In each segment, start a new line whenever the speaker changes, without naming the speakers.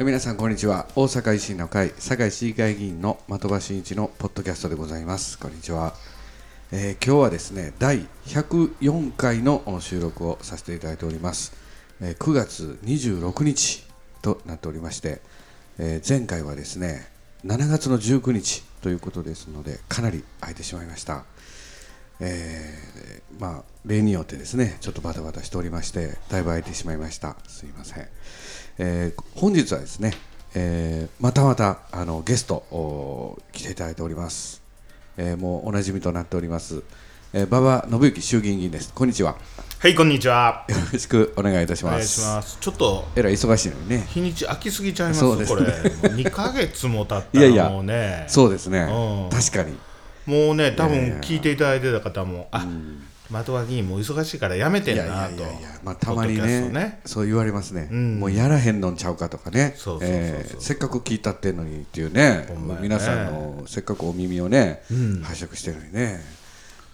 皆さんこんにちは大阪維新の会堺市議会議員の的場真一のポッドキャストでございますこんにちは、えー今日はですね第104回の収録をさせていただいております、えー9月26日となっておりまして、えー前回はですね7月の19日ということですのでかなり空いてしまいましたえーまあ、例によってですねちょっとバタバタしておりましてだいぶ空いてしまいましたすいません、えー本日はですね、えーまたまたあのゲストおー来ていただいております、えーもうおなじみとなっております、えー、馬場伸之衆議院議員ですこんにちは
はい、こんにちは。
よろしくお願いいたし
お
ま
願いし
す
ます。ちょっと
えらい忙しいのにね
日にち空きすぎちゃいます。
そうです
こ
ね
れ二ヶ月も経った
い
ら
やいや
もうね、
そうですね、
うん
確かに
もうね、多
いやいや
分聞いていただいてた方も、あ、的場議員も忙しいからやめて
い
ん
やい
な
や
と。
いやいや、まあ、たまに
ポッドキャ
ね
ストね
そう言われますね、
ん
もうやらへんのんちゃうかとかね
そうそうそうそう
えーせっかく聞いたってんのにっていうね
ほんまやね
皆さんのせっかくお耳をね、拝借してるのにね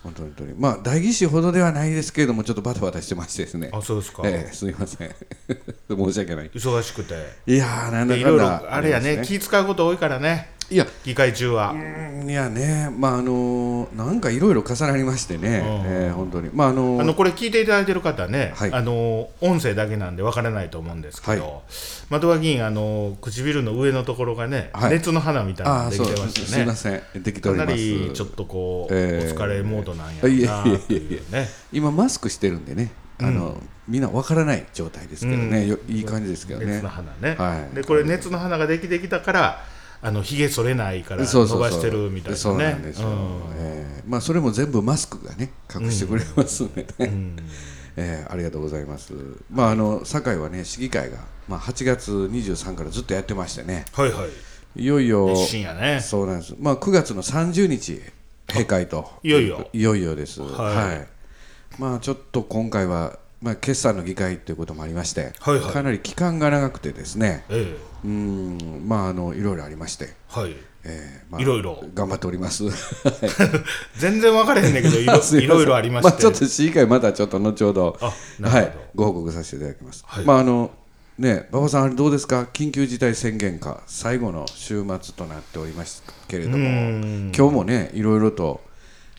本当に本当にまあ代議士ほどではないですけれどもちょっとバタバタしてましてですね
あ、そうですか。
えーすみません 申し訳ない
忙しくて、
いやーなんだかんだ
でいろいろあれや
り
ね、
ます
気使うこと多いからね、
いや
議会中は。
うんいやねまああのーなんかいろいろ重なりましてね、えー本当にまああのー
あのこれ聞いていただいてる方ね、
はい
あの音声だけなんでわからないと思うんですけど、的場議員あの、唇の上のところがね、
はい
熱の花みたいな
あ
の
あ
で
そ
き
う
てますし
す
た
み
ね
ま。せんできて
か
おり
な
ます
りちょっとこう、
えー
お疲れモードなんや
いやいうや
ろな
やい
い
や
というね
今マスクしてるんでね、あのみんなわからない状態ですけどね、よいい感じですけどね
熱の花ね、
はい
でこれ熱の花ができてきたからあのひげ剃れないから
そう
伸
そうそう
ばしてるみたいなね
そうなんですよ、えーまあそれも全部マスクがね隠してくれますんでね、 えーありがとうございますまああの堺はね市議会が、まあ、8月23からずっとやってましてね
はいはい
いよいよ
一心やね
そうなんですまあ9月の30日閉会と
いよいよ
いよいよです。は。
はいい
まあちょっと今回はまあ決算の議会ということもありまして、
はいはい
かなり期間が長くてですね。
え
うん、まああのいろいろありまして、
えはい
えーまあ
いろいろ
頑張っております。
全然分かれへんねんけどいろ
すません
いろいろありまし
あ
て、
ちょっと市議会またちょっと後ほど
あなるほ
は
ど
いご報告させていただきます。
はい
まああの。ね、馬場さん、あれどうですか、緊急事態宣言下、最後の週末となっておりますけれども、
うん
今日もね、いろいろと、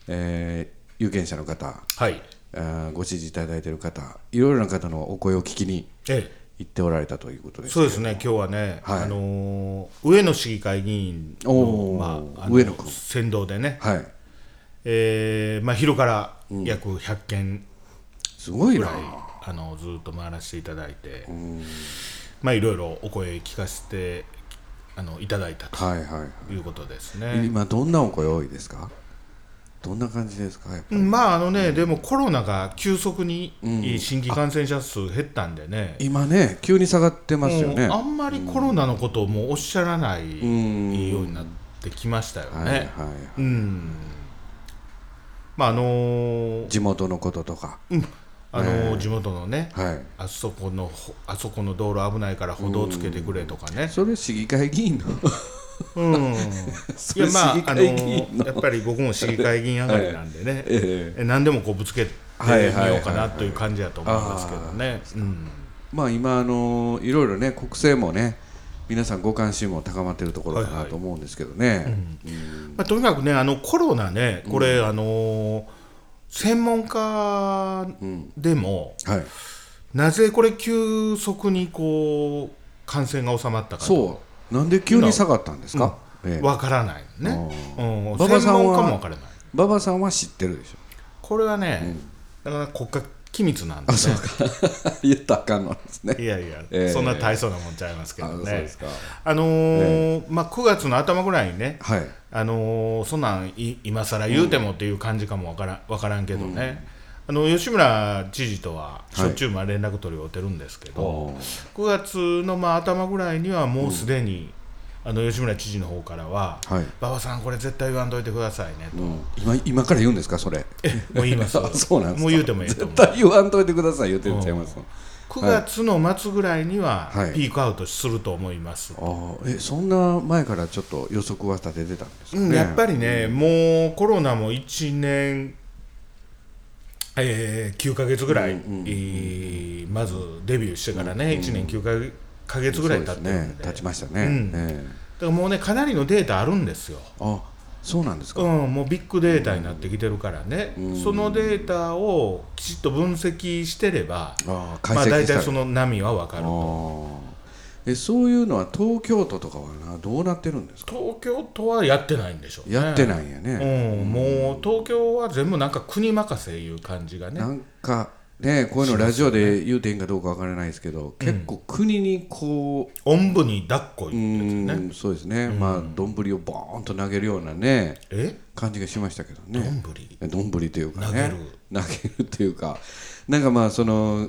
えー有権者の方、
はい
あーご支持いただいている方、いろいろな方のお声を聞きに
ええ
行っておられたということです。
そうですね、今日はね、
はい
あのー上野市議会議員
おー
の,、まあ、あの
上野君
先導でね、
はい、
えーまあ、昼から約100件
すごい
ぐ
な
らい、。あのずっと回らせていただいて、まあいろいろお声聞かせてあのいただいたと
はいはいは
いうことです
い。
ね。
今どんなお声多いですか。どんな感じですか。やっぱ
うんまああのね、でもコロナが急速に新規感染者数減ったんでね、
今ね、急に下がってますよね。
もうあ
は
んまりコロナのことをもうおっしゃらない
ん
ようになってきましたよ
いはい
ね。
は
うん。まああのー
い。地元のこととか。
あのー地元のね、
はい。
あそこのほあそこの道路危ないから歩道つけてくれとかね、
それ市議会議員の。
うん、
そ
い や
れ市
まあ
議
あ
会
の
議員の。
やっぱり僕も市議会議員上がりなんでね、
ええ
え何でもこうぶつけてみ
はいはいはい
ようかなという感じだと思うんですけどね、うん、
まあ今あのいろいろね国政もね皆さんご関心も高まっているところか
はい
な
はい
と思うんですけどね。
まあ、とにかくねあのコロナねこれ、あの専門家でも、
はい。
なぜこれ急速にこう感染が収まったか
そう。なんで急に下がったんですか。ええ
わからないね、うん
馬場
専
さんは
門家もわからない
馬場さんは知ってるでしょ。
これはね、なかなか国家機密なんで、ね、
言ったらあかんのですね。
いやいや、
ええ
そんな大層なもんちゃいますけど
あそう
ね
ですか。
あのーまあ、9月の頭ぐらいにね、
はい。
あのーそんなんい今更言うてもっていう感じかもわからわからんけどね、あの吉村知事とはしょっちゅうまあ連絡取り合ってるんですけど、9月のまあ頭ぐらいにはもうすでに、あの吉村知事の方からは、
はい
馬場さん、これ絶対言わんといてくださいね と、
うん今今から言うんですかそれ。
もう言います
あ そうなんですか。
もう言うてもいいと思う
絶対言わんといてください言ってんちゃいます。
9月の末ぐらいには
はい
ピークアウトすると思います、
ああえそんな前からちょっと予測は立ててたんですか
うん、
ね。
やっぱりね、もうコロナも1年、えー9ヶ月ぐらい、えーまずデビューしてからね、1年9ヶヶ月ぐらい経ってる
ね
んで
経ちました
う
ね
ん
え
だからもうねかなりのデータあるんですよ、
えあそうなんです
う
か
ん、もうビッグデータになってきてるからね、
うん
そのデータをきちっと分析してれば、
あ解
まあ、
析
大
した
体
ら
その波は分かる
あ
と
ーえそういうのは東京都とかはなどうなってるんですか
東京都はやってないんでしょうね
やってないんやね、
うん、もう東京は全部なんか国任せいう感じがね
なんかねこういうのラジオで言うていいんかどうかわからないですけど、結構国にこう
おんぶに抱っこいううやつね、
ーんそうですね、まあ丼をボーンと投げるようなね
え
感じがしましたけど
ど
ね
んぶり
丼というかね投げるっていうかなんかまあその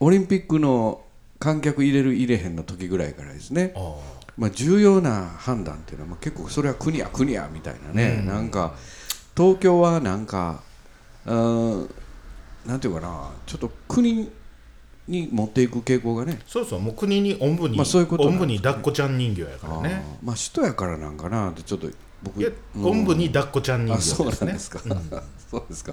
オリンピックの観客入れる入れへんの時ぐらいからですね
ああ
まあ、重要な判断っていうのは、まあ、結構それは国や国やみたいなね、なんか東京はなんかうーんなんていうかなちょっと国に持っていく傾向がね
そうそうもう国におんぶに、
まあそういうこと
お
なん
ん
です
ぶ
ね
に抱っこちゃん人形やからね
あーまあ首都やからなんかなってちょっと僕
いや、おんぶに抱っこちゃん人
あ
形
そう
で
な
す
ん
ね
ですか、 そうですか、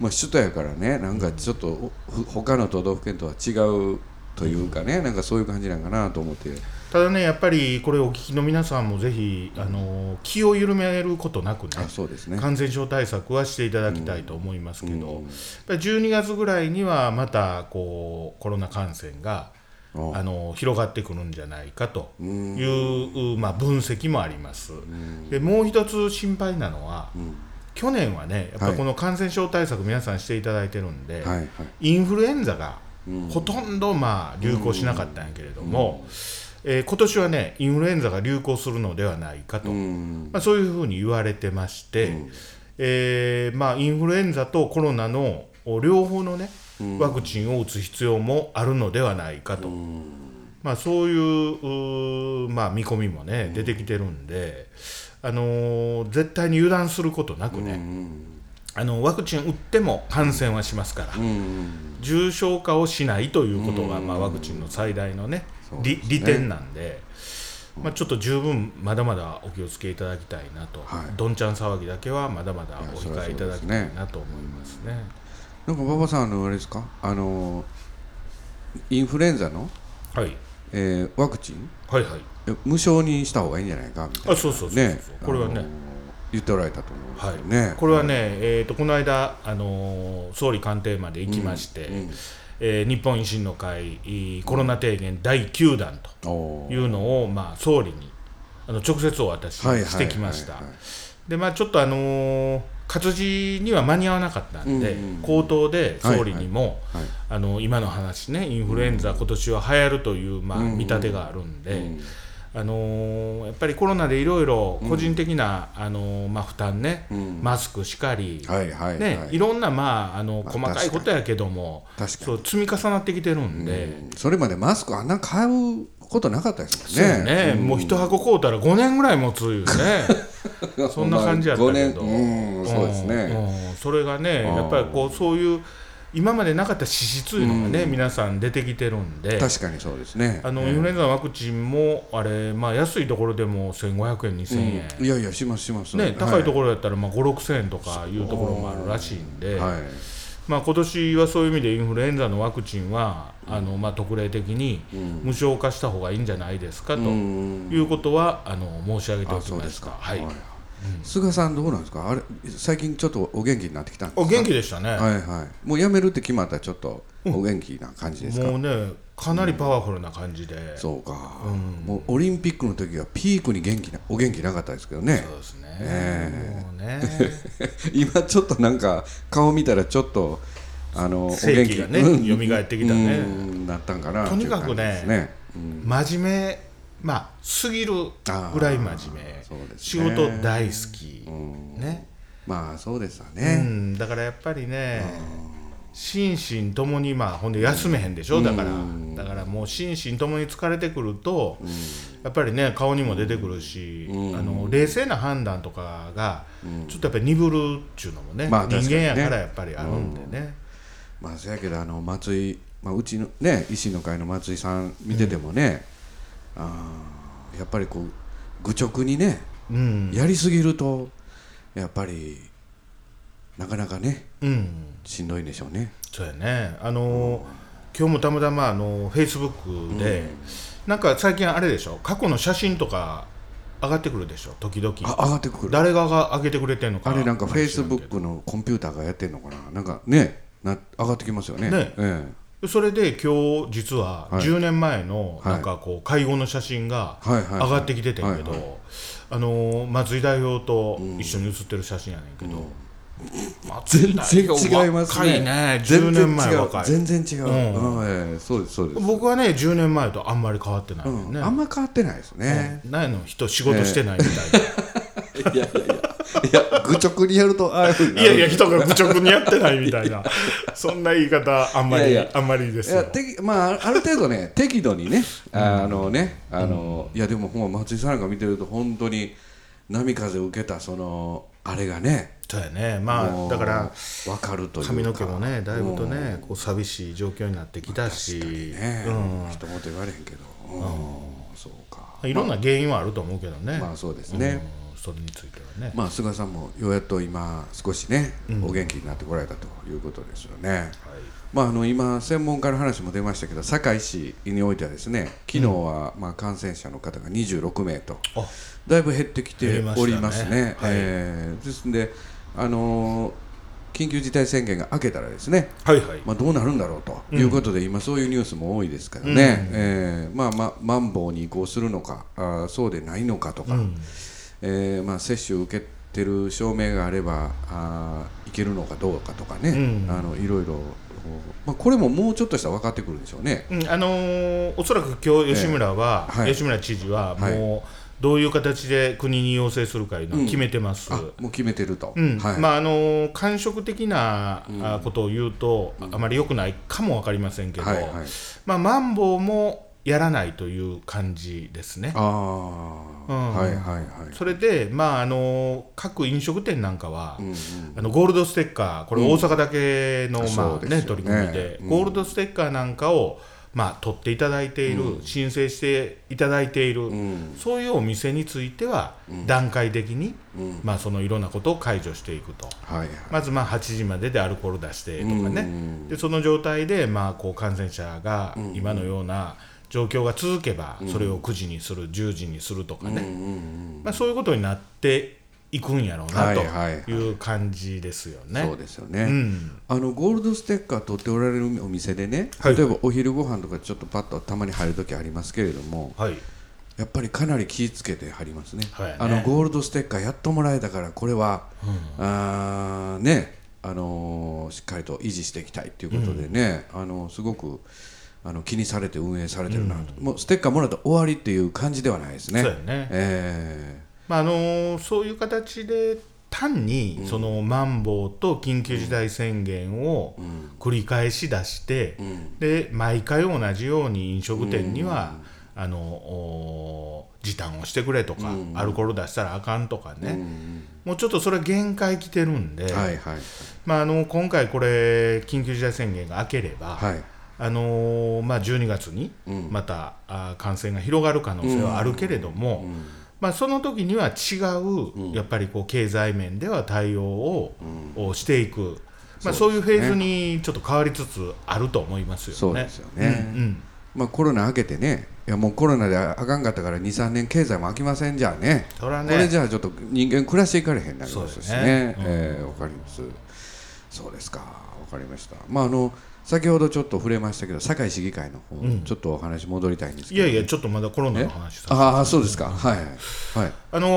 まあ、首都やからねなんかちょっと、ほ他の都道府県とは違うというかね、なんかそういう感じなんかなと思って
ただねやっぱりこれお聞きの皆さんもぜひあの気を緩めることなくね
あそうですね
感染症対策はしていただきたいと思いますけど、
うん
やっぱり12月ぐらいにはまたこうコロナ感染が
あ
あの広がってくるんじゃないかと
う
い
ん
う、まあ、分析もあります。でもう一つ心配なのは、
ん
去年はねやっぱ
はい
りこの感染症対策皆さんしていただいてるんで、
はいはい
インフルエンザが
うん
ほとんどまあ流行しなかったんやけれども、えー今年はねインフルエンザが流行するのではないかと、
うん
まあ、そういうふうに言われてまして、えーまあ、インフルエンザとコロナのお両方のね
うん
ワクチンを打つ必要もあるのではないかと、まあ、そういううー、まあ、見込みもね出てきてるんで、あのー絶対に油断することなくね、あのワクチン打っても感染はしますから、
うん
重症化をしないということが、まあ、ワクチンの最大のね
そう
利
ですね
利点なんで、まあ、ちょっと十分まだまだお気をつけいただきたいなと、
はい
どんちゃん騒ぎだけはまだまだ
いや
お
それは
控
そう
えいただきたいなと思いますね。
なんか馬場さんあのあれですかあのインフルエンザの、
はい、
えーワクチン
はい、はい
え無償にした方がいいんじゃないかみたいな
あそうそうそうそうこれはね
あのー言っておられたと思うんです
は
け
い
どね、
これはね、えー、とこの間、あのー総理官邸まで行きまして、えー日本維新の会えーコロナ提言第9弾
おおー
というのを、まあ、総理にあの直接お渡し
はいはいはいはい
してきました。でまあ、ちょっと、あのー活字には間に合わなかったんで、
うんうんうん
口頭で総理にも、
はい
あの今の話ね、インフルエンザ、今年は流行るという、まあ、
うんうん
見立てがあるんで、
うん
あのーやっぱりコロナでいろいろ個人的な、あのーまあ、負担ね、
うん
マスクしかり、
はいはい
ね
はい
いろんな、まあ、あの
まあ
細かいことやけども、
確か
そう積み重なってきてるん
に、
で。
うんそれまでマスクあんな買うことなかったです
そう
もんね
ね、もう一箱買うたら5年ぐらい持つ いうねそんな感じやったけど、
五年うんそうですね、
うんうんそれがね
うん
やっぱりこうそういう今までなかった資質いうのがね、皆さん出てきてるんで
確かにそうですね
あの、
うん
インフルエンザのワクチンもあれ、まあ、安いところでも1500円2000円、
うんいやいやしますします
ね、高いと
こ
ころだったらまあ5、6000円とかいうところもあるらしいんで、
はい、
まあ今年はそういう意味でインフルエンザのワクチンは、あのまあ特例的に無償化した方がいいんじゃないですかと
うん
いうことは、あの申し上げてお
あ
き
そう
ま
で
し
す
た。
か。
はい、
菅さんどうなんですか。あれ最近ちょっとお元気になってきたんですか。
お元気でしたね、
はいはい。もう辞めるって決まったらちょっとお元気な感じですか。
もうね、かなりパワフルな感じで、そう
そうか、もうオリンピックの時はピークに元気なお元気なかったですけどね。
ですね、
え
もうね、
今ちょっとなんか顔見たらちょっとあ のお元
正気
気
がね
うん
蘇ってきたね
うんなったんかな
とにか
ってい
くね
う感じですね。うん
真面目、まあ、すぎるぐらい真面
あーそうです
目、
ね
仕事大好き、
ん
ね、
まあそうですわ
う
ね。
ん、だからやっぱりね、心身ともに、まあ、ほんで休めへんでしょ、だから、だからもう心身ともに疲れてくると、やっぱりね、顔にも出てくるし、あの冷静な判断とかが、ちょっとやっぱり鈍るっていうのもね、
まあ
人
確かに
間
ね
やからやっぱりあるんでね。
まあせやけどあの松井まあうちのね維新の会の松井さん見ててもね、あーやっぱりこう愚直にね。
うん、
やりすぎるとやっぱりなかなかね
うん
しんどいんでしょうね。
そうやね、あのー今日もたまたまあのフェイスブックで、なんか最近あれでしょ過去の写真とか上がってくるでしょ時々
あ上がってくる
誰がが上げてくれてんのか
あれなんかフェイスブッ
知らんけ
クのコンピューターがやってんのかななんかねな上がってきますよね
ね
え
どそれで今日実は
はい
10年前の
はい
なんかこう介護の写真が
えはいはい
上
はい
がってきててんけ
はい
どあのー松井代表と一緒に写ってる写真やねんけど、松井代表
全然違いますね
若いね10年前若い
全然違う全然違う、
う
うんええそうですそうです
僕はね10年前とあんまり変わってないよ
う
ね、
ん、あんま変わってないですね、
何やの人仕事してないみたいな、
いやいやいやいや愚直にやるとああいうふうになる
いやいや人が愚直にやってないみたい なそんな言い方あんまり
いやいや
あんまりです
いや
よ
てまあ、ある程度ね、 適度にね、あのね、あの、いや、でも、ほんま、松井さんなんか見てると、本当に。波風を受けた、その、あれがね。
そうやねま
も
あ
う
だから。
わかるというか。
髪の毛もねだいぶとねこう寂しい状況になってきたし、
ね。
うん
一言言われへんけど。うん、そうか。
いろんな原因はあると思うけどね、
まあ、そうですね。
うんそれについてはね、
まあ、菅さんもようやっと今少しね、お元気になってこられたということですよね。まあ、あの今、専門家の話も出ましたけど堺市においてはですね昨日はまあ感染者の方が26名と、
あ
だいぶ減ってきておりますね。
減りましたねはい
えーですので、あのー緊急事態宣言が明けたらですね、
はいはい
まあ、どうなるんだろうということで、今、そういうニュースも多いですからね、えーまあまあ、マンボウに移行するのかあーそうでないのかとか、えーまあ、接種を受けてる証明があればあーいけるのかどうかとかね、
うん
あのいろいろ、まあ、これももうちょっとしたら分かってくるんでしょうね。
うんあのーおそらく今日吉村は、
ええはい
吉村知事は
はい
もうどういう形で国に要請するかいうのは決めてます、
あもう決めてると、
うん
はい
まああのー感触的なあことを言うと、あまり良くないかも分かりませんけど、
はいはい、
まあ、マンボウもやらないという感じですね。
ああ、
うん
はいはいはい。
それで、まああのー各飲食店なんかは、
うんうん
あのゴールドステッカー、これ、大阪だけの、
うん
ま
そう
あ
ですよ
ね
ね
取り組みで、
うん
ゴールドステッカーなんかを、まあ、取っていただいている、申請していただいている、
ん
そういうお店については、段階的に、まあ、そのいろんなことを解除していくと。
はいはい。
まずまあ8時まででアルコール出してとか
う
ね
ん、
でその状態でまあこう感染者が今のような状況が続けば、それを9時にする、10時にするとかね、
うんうん
まあ、そういうことになっていくんやろう
は
ない
はいはい
という感じですよ
うん、そ
ね
う。ですよね、
うん
あのゴールドステッカー取っておられるお店でね、
はい
例えばお昼ご飯とかちょっとパッとたまに入る時ありますけれども
はい
やっぱりかなり気ぃつけて貼りますね,、
はいね
あのゴールドステッカーやっともらえたからこれは、あーねあのーしっかりと維持していきたいということでね、あのすごくあの気にされて運営されてるなと、もうステッカーもらったら終わりっていう感じではないですね。
そうやね
えー
まああのーそういう形で単にそのマンボウと緊急事態宣言を繰り返し出して、で毎回同じように飲食店には、あのおー時短をしてくれとか、アルコール出したらあかんとかね、もうちょっとそれは限界来てるんで、
はいはい
まあ、あの今回これ緊急事態宣言が明ければ、
はい
あのーまあ、12月に
うん
また、あー感染が広がる可能性はあるけれども、まあ、その時には違う、やっぱりこう経済面では対応を,、をしていく、まあ、
そ
そう
で
う
すね
いうフェーズにちょっと変わりつつあると思いますよね。
そうですよね、
うんうん
まあ、コロナ明けてねいやもうコロナであかんかったから23年経済も飽きませんじゃあね
それは
これ
ね
じゃあちょっと人間暮らしていかれへんなりますし
そうだ
ね
よねうん
えーわかりますそうですかわかりましたまああの先ほどちょっと触れましたけど堺市議会の方、ちょっとお話戻りたいんですけ
い
ど
やいやちょっとまだコロナの話さ
ああそうですかはいはい
あの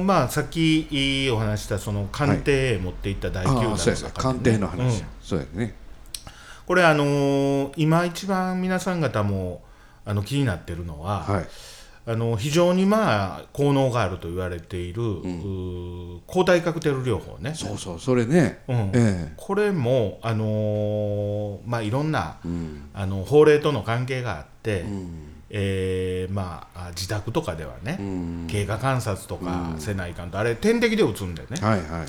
ーまあ、さっきいいお話したその官邸へ持っていった第9弾
あ
の
あ
中
そう
で
やそ
ね
うや官邸の
うん
話、そうやね
これ、あのー今一番皆さん方もあの気になってるのは、
はい
あの非常にまあ効能があると言われている、うー抗体カクテル療法ね、
そうそうそれね、
うん
え
これも、あのーまあ、いろんな、
えうん
あの法令との関係があって、
うん
えーまあ、あ自宅とかでは
う
ね、
ん
経過観察とかせないかんと、あれ、点滴で打つんでね、
はいはい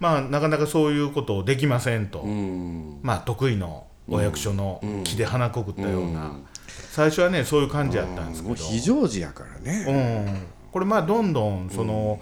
まあ、なかなかそういうことできませんと。
うん
まあ、得意のお役所の木で花こくったような、
うん
最初はねそういう感じやったんですけ
も
ど
う非常時やからね、
うん、これまあどんどんその、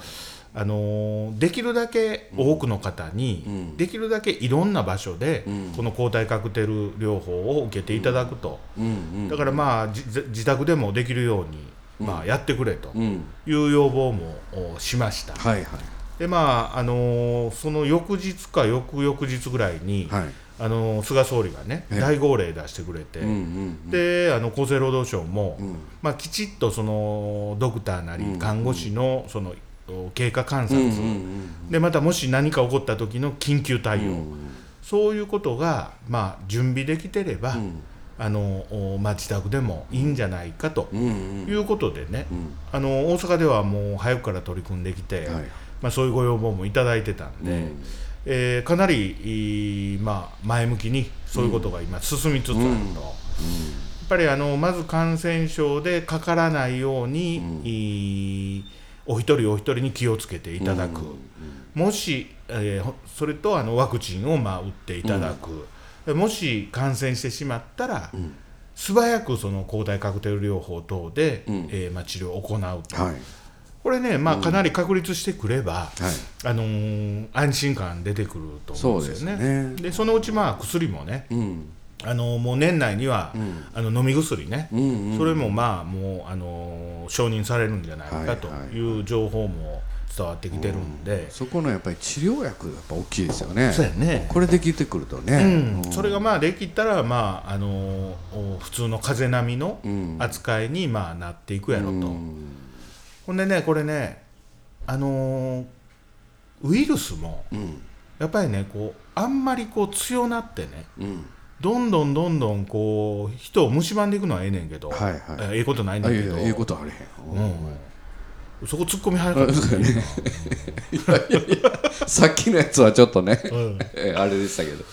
あのーできるだけ多くの方に、
うん
できるだけいろんな場所で、
うん
この抗体カクテル療法を受けていただくと、
うんうん
だからまあじ自自宅でもできるように、まあ、やってくれと
うん
いう要望もおしました、
はいは
でまああのーその翌日か翌々日ぐらいに、
いはい
あのー菅総理がね
ええ
大号令出してくれて、
うんうん
であの厚生労働省も、
うん
まあ、きちっとそのドクターな
うん
り看護師のそのお経過観察、
うんうん
でまたもし何か起こった時の緊急対応、
うん
そういうことが、まあ、準備できてれば、
うん
あのおまあ、自宅でもいいんじゃないかと
うんうん
いうことでね、
うん
あの大阪ではもう早くから取り組んできて、
はい
まあ、そういうご要望もいただいてたんで、
うん
えーかなりいい、まあ、前向きにそういうことが今進みつつあると。やっぱりあのまず感染症でかからないように、いいお一人お一人に気をつけていただく、もし、えーほそれとあのワクチンをまあ打っていただく、もし感染してしまったら、素早くその抗体カクテル療法等で、
うん
えーまあ、治療を行うと、
はい
これね、まあ、かなり確立してくれば、
はい
あのー安心感出てくると思うんですよ
そ
ね。
うですね
でそのうちまあ薬もね、
うん
あのもう年内には、あの飲み薬ね、
うんうん
それもまあもうあの承認されるんじゃないかと
はいはい
いう情報も伝わってきてるんで、
そこのやっぱり治療薬やっぱ大きいですよね
そうやね
これできてくるとね
うんそれがまあできたら、まああのお普通の風邪並みの
うん
扱いにまあなっていくやろと、
うん
ほんでねこれねあのーウイルスも
うん
やっぱりねこうあんまりこう強なってね、
うん
どんどんどんどんこう人を蝕んでいくのはええねんけど、
はいはい
えええことないね
あ
ん
い
け
やい
ど
やいうことあれへん
うん、そこ突っ込み早かっ たですね、
さっきのやつはちょっとね
うん、
えあれでしたけど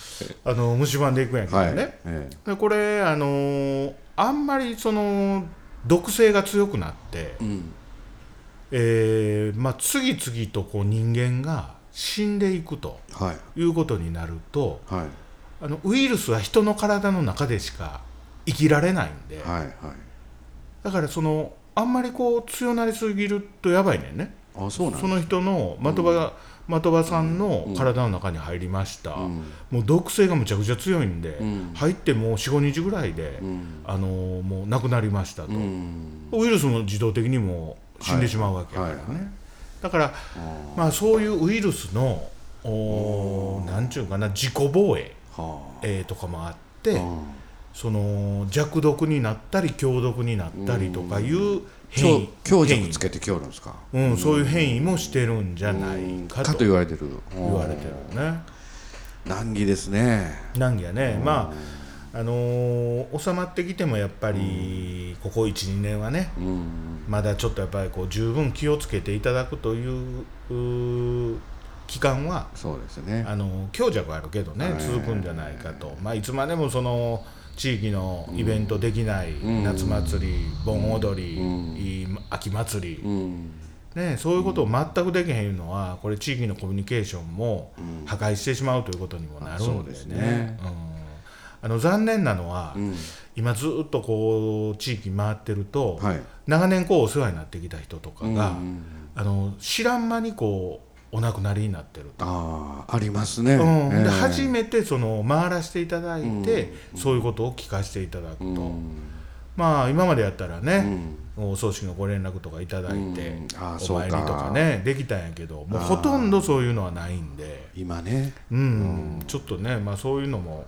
あの蝕んでいくんやけど
はい
ね、
え
でこれあのーあんまりその毒性が強くなって、
えうん
えーまあ、次々とこう人間が死んでいくと
はい
いうことになると
はい
あのウイルスは人の体の中でしか生きられないんで、
はいはい
だからそのあんまりこう強なりすぎるとやばいねんね
あそうなん
その人の的場が、的場さんの体の中に入りました、
うん
もう毒性がむちゃくちゃ強いんで、
ん
入ってもう45日ぐらいで、
うん
あのーもう亡くなりましたと、
うん
ウイルスも自動的にもう死んでしまうわけだからね、
はいはい
だから、まあ、そういうウイルスのおーなんちゅうかな自己防衛、
は
えーとかもあって、
あうん
その弱毒になったり強毒になったりとかいう変異
強強
変
弱
異
つけてきょるんですか
うん、そういう変異もしてるんじゃないか
かと
と
言われてる
言われてるね。
難儀ですね
難儀やね、まああのー収まってきてもやっぱりここ12年はね
うん
まだちょっとやっぱりこう十分気をつけていただくといううー期間は
そうですね
あの強弱あるけどね
はい
続くんじゃないかと、まあ、いつまでもその地域のイベントできない夏祭り、盆踊り、いい秋祭り、
うん
ね、そういうことを全くできへんのは、これ地域のコミュニケーションも破壊してしまうということにもなるんでね
あそうですね
うんあの残念なのは、
うん
今ずっとこう地域回ってると、
はい
長年こうお世話になってきた人とかが、
うん
あの知らん間にこうお亡くなりになってると。
ああありますね
うん
ええ
で初めてその回らせていただいて、そういうことを聞かせていただくと、
うん
まあ今までやったらね、
うん
お葬式のご連絡とかいただいて、
うんああ
お
そう
参り
か
とかねできたんやけどもうほとんどそういうのはないんで、
今ね
うんちょっとね、まあ、そういうのも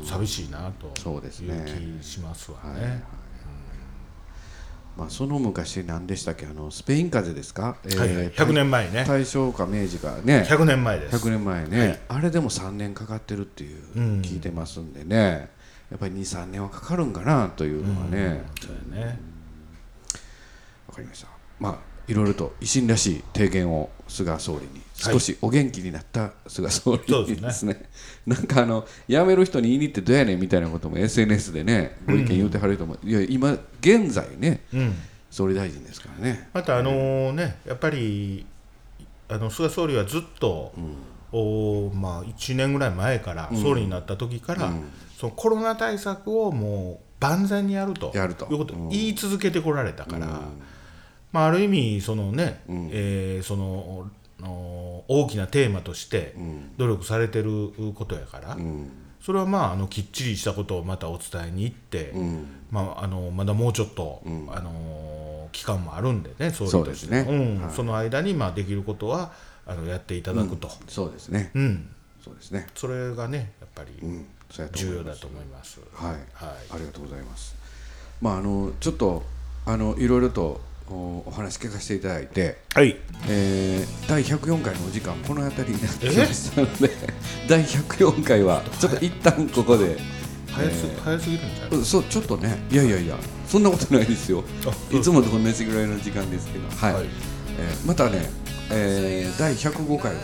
うん
寂しいなと
そうです
い
ね
う気しますわ
はいはい
ね。
まあその昔何でしたっけあのスペイン風邪ですかええ
はいはい100年前ね
大正か明治かね
100年前です
100年前ね、あれでも3年かかってるっていう
うん
聞いてますんでね、やっぱり23年はかかるんかなというのはね、わ
そうやね
かりましたまあいろいろと維新らしい提言を菅総理に少しお元気になった菅総理
そう
に
ですね
ですねなんかあの辞める人に言いに行ってどうやねんみたいなことも SNS でねご意見言うてはる人も、いや今現在ね
うん
総理大臣ですからね
またあのねやっぱりあの菅総理はずっと、おまあ、1年ぐらい前から、総理になった時から、そのコロナ対策をもう万全にやると
やると
いうこと
うん
を言い続けてこられたから、まあ、ある意味その、ね
ん
えーそのの大きなテーマとして努力されてることやから、それはまああのきっちりしたことをまたお伝えに行って、まあ、あのまだもうちょっと、あの期間もあるんでね総理
そう
と
で
し
す
て
ね
うん
はい
その間にまあできることはあのやっていただくと、
そうですね
うん
そうですね
それがねやっぱり
うんそうやと思い
重
ます
要だと思います。
はい、
はい
ありがとうございます。まああのちょっとあのいろいろとおお話聞かせていただいて、
はい
えー、第104回のお時間この辺りになってきましたので、第104回はちょっと一旦ここで、
早す,、早すぎるんじゃな
う
い
んそうちょっとね、いやいやいや、そんなことないですよ
あそうで。す
いつもと同じぐらいの時間ですけど、はい。
はい
えーまたね。えー、第105回は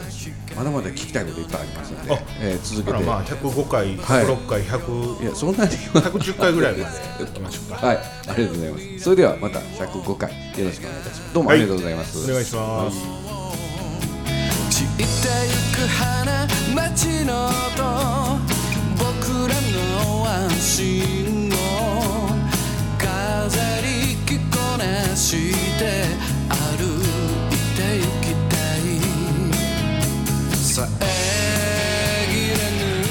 まだまだ聞きたいこといっぱいありますので
あ、
えー、続
だ
け
から
て、
まあ105回、
はい
106回、100
いやそんなに言わな
110回ぐらいまでいきましょうか。
はい、ありがとうございます。それではまた105回よろしくお願いいたします。どうもありがとうございます。
お願いします。
散ってゆく花街の音僕らの安心を飾り着こなして歩いてゆきたい遮れぬ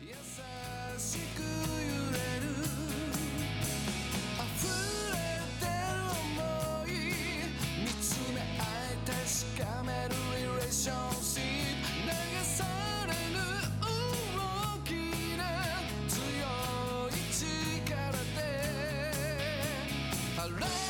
優しく揺れる溢れてる想い見つめ合い確かめるリレーションシップ流される大きな強い力で晴れ